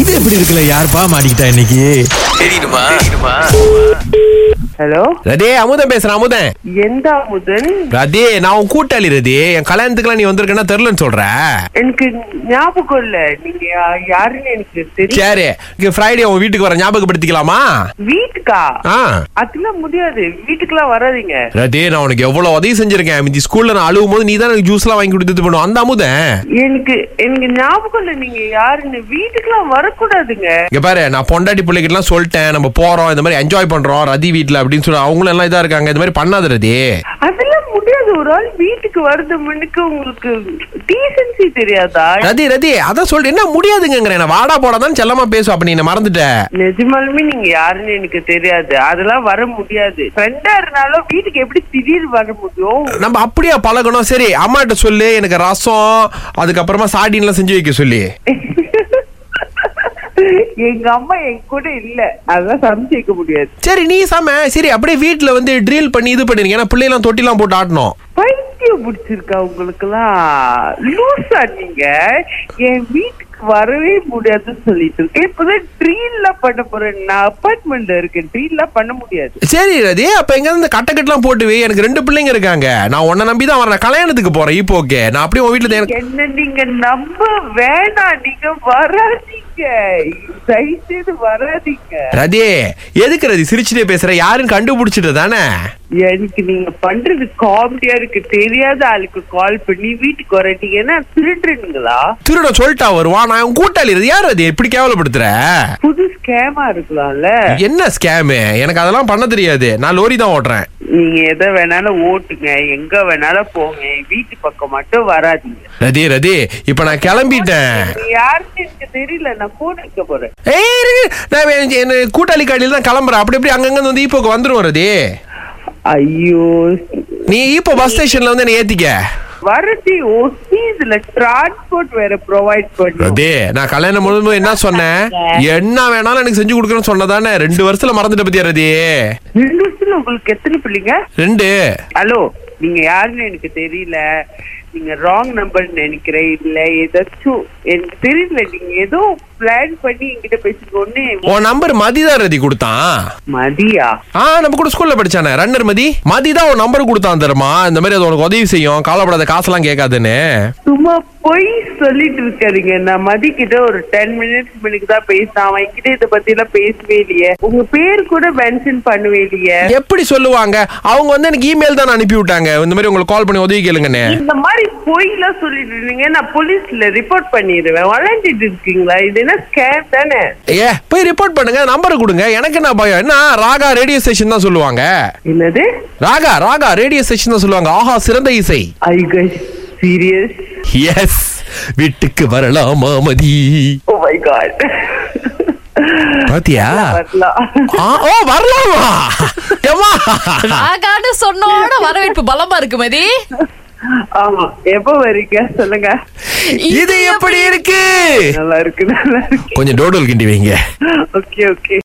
இது எப்படி இருக்குல்ல யாருப்பா மாட்டிக்கிட்டா இன்னைக்கு ஹலோ ரதே அமுதன் பேசுறேன் அமுதன் எந்த அமுதன் ரதே நான் உன் கூட்டாளி ரதே என் கல்யாணத்துக்குலாம் நீ வந்திருக்கேன்னா தெரிலன்னு சொல்ற எனக்கு ஞாபகம் இல்ல நீங்க யா- யாருன்னு எனக்கு தெரியும் சரி ஃப்ரைடே உன் வீட்டுக்கு வர ஞாபகப்படுத்திக்கலாமா வீட்டுக்கா ஆ அதெல்லாம் முடியாது வீட்டுக்கெல்லாம் வராதீங்க ரதே நான் உனக்கு எவ்வளவு உதவி செஞ்சிருக்கேன் மிஞ்சி ஸ்கூல்ல நான் அழுவும் போது நீ தான் எனக்கு ஜூஸ்லாம் வாங்கி கொடுத்து இது பண்ணுவோம் அந்த அமுதன் எனக்கு எனக்கு ஞாபகம் இல்ல நீங்க யாருன்னு வீட்டுக்கெல்லாம் வரக்கூடாதுங்க இங்க பாரு நான் பொண்டாட்டி பிள்ளைகிட்டலாம் சொல்லிட்டேன் நம்ம போறோம் இந்த மாதிரி என்ஜாய் பண்றோம் ரதி வீட்ல அப்படின்னு சொல்லி அவங்களும் எல்லாம் இதா இருக்காங்க இந்த மாதிரி பண்ணாத ரதி அதெல்லாம் முடியாது ஒரு ஆள் வீட்டுக்கு வரது முன்னுக்கு உங்களுக்கு டீசன்சி தெரியாதா ரதி ரதி அதான் சொல்றேன் என்ன முடியாதுங்கிறேன் நான் வாடா போடாதான் செல்லமா பேசும் அப்ப நீ என்னை மறந்துட்ட நிஜமாலுமே நீங்க யாருன்னு எனக்கு தெரியாது அதெல்லாம் வர முடியாது ஃப்ரெண்டா இருந்தாலும் வீட்டுக்கு எப்படி திடீர் வர முடியும் நம்ம அப்படியே பழகணும் சரி அம்மாட்ட சொல்லு எனக்கு ரசம் அதுக்கப்புறமா சாடின்லாம் செஞ்சு வைக்க சொல்லி எங்க அம்மா என் கூட இல்ல அதெல்லாம் சமைச்சு வைக்க முடியாது சரி நீ சம சரி அப்படியே வீட்ல வந்து ட்ரில் பண்ணி இது பண்ணிருங்க ஏன்னா பிள்ளைலாம் தொட்டிலாம் போட்டு ஆட்டணும் பைத்தியம் பிடிச்சிருக்கா உங்களுக்குலாம் லூசா நீங்க என் வீட்டுக்கு வரவே முடியாதுன்னு சொல்லிட்டு இருக்கேன் இப்பதான் ட்ரீன்ல பண்ண போறேன் நான் அப்பார்ட்மெண்ட்ல இருக்கேன் ட்ரீன்ல பண்ண முடியாது சரி ரதி அப்ப எங்க இருந்து கட்டக்கட்டலாம் போட்டு வை எனக்கு ரெண்டு பிள்ளைங்க இருக்காங்க நான் உன்னை நம்பி தான் வரேன் கல்யாணத்துக்கு போறேன் இப்போ ஓகே நான் அப்படியே உன் வீட்டுல எனக்கு என்ன நீங்க நம்ப வேணாம் நீங்க வராதீங்க தயவு செய்து வராதீங்க ரதி எதுக்கு ரதி சிரிச்சுட்டே பேசுற யாருன்னு கண்டுபிடிச்சிட்டு தானே எனக்கு நீங்க பண்றது காமெடியா இருக்கு தெரியாத ஆளுக்கு கால் பண்ணி வீட்டுக்கு வர நீங்க என்ன திருடுறீங்களா திருட சொல்லிட்டா வருவான் நான் உன் கூட்டாளி ரதி யார் ரதி இப்படி கேவலப்படுத்துற புது ஸ்கேமா இருக்கலாம்ல என்ன ஸ்கேமு எனக்கு அதெல்லாம் பண்ண தெரியாது நான் லோரி தான் ஓட்டுறேன் நீங்க எதை வேணாலும் ஓட்டுங்க எங்க வேணாலும் போங்க என் வீட்டு பக்கம் மட்டும் வராதீங்க ரதி ரதி இப்ப நான் கிளம்பிட்டேன் நீங்க யாருன்னு எனக்கு தெரியல நான் போன் வைக்க போறேன் ஏய் இரு, இரு. நான் என் என் கூட்டாளி காலையில தான் கிளம்புறேன் அப்படி எப்படி அங்கங்க வந்து ஈப்போக்கு வந்துரும் ரதி ஐயோ நீ ஈப்போ பஸ் ஸ்டேஷன்ல வந்து என்ன ஏத்திக்க வரதி ஓசி இதுல டிரான்ஸ்போர்ட் வேற ப்ரொவைட் பண்ணுங்க ரதி நான் கல்யாணம் முழுவதும் என்ன சொன்னேன் என்ன வேணாலும் எனக்கு செஞ்சு கொடுக்கணும்னு சொன்னதானே ரெண்டு வருஷத்துல மறந்துட்ட பத்தியா ரதி ரெண்டு வருஷத்துல உங்களுக்கு எத்தனை பிள்ளைங்க ரெண்டு ஹலோ நீங்க யாருன்னு எனக்கு தெரியல நீங்க ராங் நம்பர் நினைக்கிறேன் இல்ல ஏதாச்சும் எனக்கு தெரியல நீங்க ஏதோ பிளான் பண்ணி என்கிட்ட பேசுங்க ஒண்ணு உன் நம்பர் மதிதான் ரதி கொடுத்தான் மதியா ஆ நம்ம கூட ஸ்கூல்ல படிச்சானே ரன்னர் மதி மதி தான் உன் நம்பர் கொடுத்தான் தருமா இந்த மாதிரி அது உனக்கு உதவி செய்யும் காலப்படாத காசெல்லாம் கேட்காதுன்னு சும்மா பொய் சொல்லிட்டு இருக்காதீங்க நான் மதி கிட்ட ஒரு டென் மினிட்ஸ் முன்னுக்கு தான் பேசினேன் அவன் என்கிட்ட இதை பத்தி எல்லாம் பேசவே இல்லையே உங்க பேர் கூட மென்ஷன் பண்ணவே இல்லையே எப்படி சொல்லுவாங்க அவங்க வந்து எனக்கு இமெயில் தான் அனுப்பி விட்டாங்க இந்த மாதிரி உங்களுக்கு கால் பண்ணி உதவி கேளுங்கன்னு இந்த மாதிரி பொய் எல்லாம் சொல்லிட்டு இருந்தீங்க நான் போலீஸ்ல ரிப்போர்ட் பண்ணிடுவேன் வளர்ந்துட்டு இருக்கீங்களா இது என்ன ஸ்கேம் தானே ஏ போய் ரிப்போர்ட் பண்ணுங்க நம்பர் கொடுங்க எனக்கு என்ன பயம் என்ன ராகா ரேடியோ ஸ்டேஷன் தான் சொல்லுவாங்க என்னது ராகா ராகா ரேடியோ ஸ்டேஷன் தான் சொல்லுவாங்க ஆஹா சிறந்த இசை ஐ கஸ் சீரியஸ் எஸ் வீட்டுக்கு வரலாமா மதி ஓ மை காட் பாத்தியா ஆ, ஓ வரலாமா ஏமா ராகான்னு சொன்னோட வரவேற்பு பலமா இருக்கு மதி ஆமா எப்போ வரீங்க சொல்லுங்க இது எப்படி இருக்கு நல்லா இருக்கு நல்லா இருக்கு கொஞ்சம் டோடல் கிண்டி வைங்க ஓகே ஓகே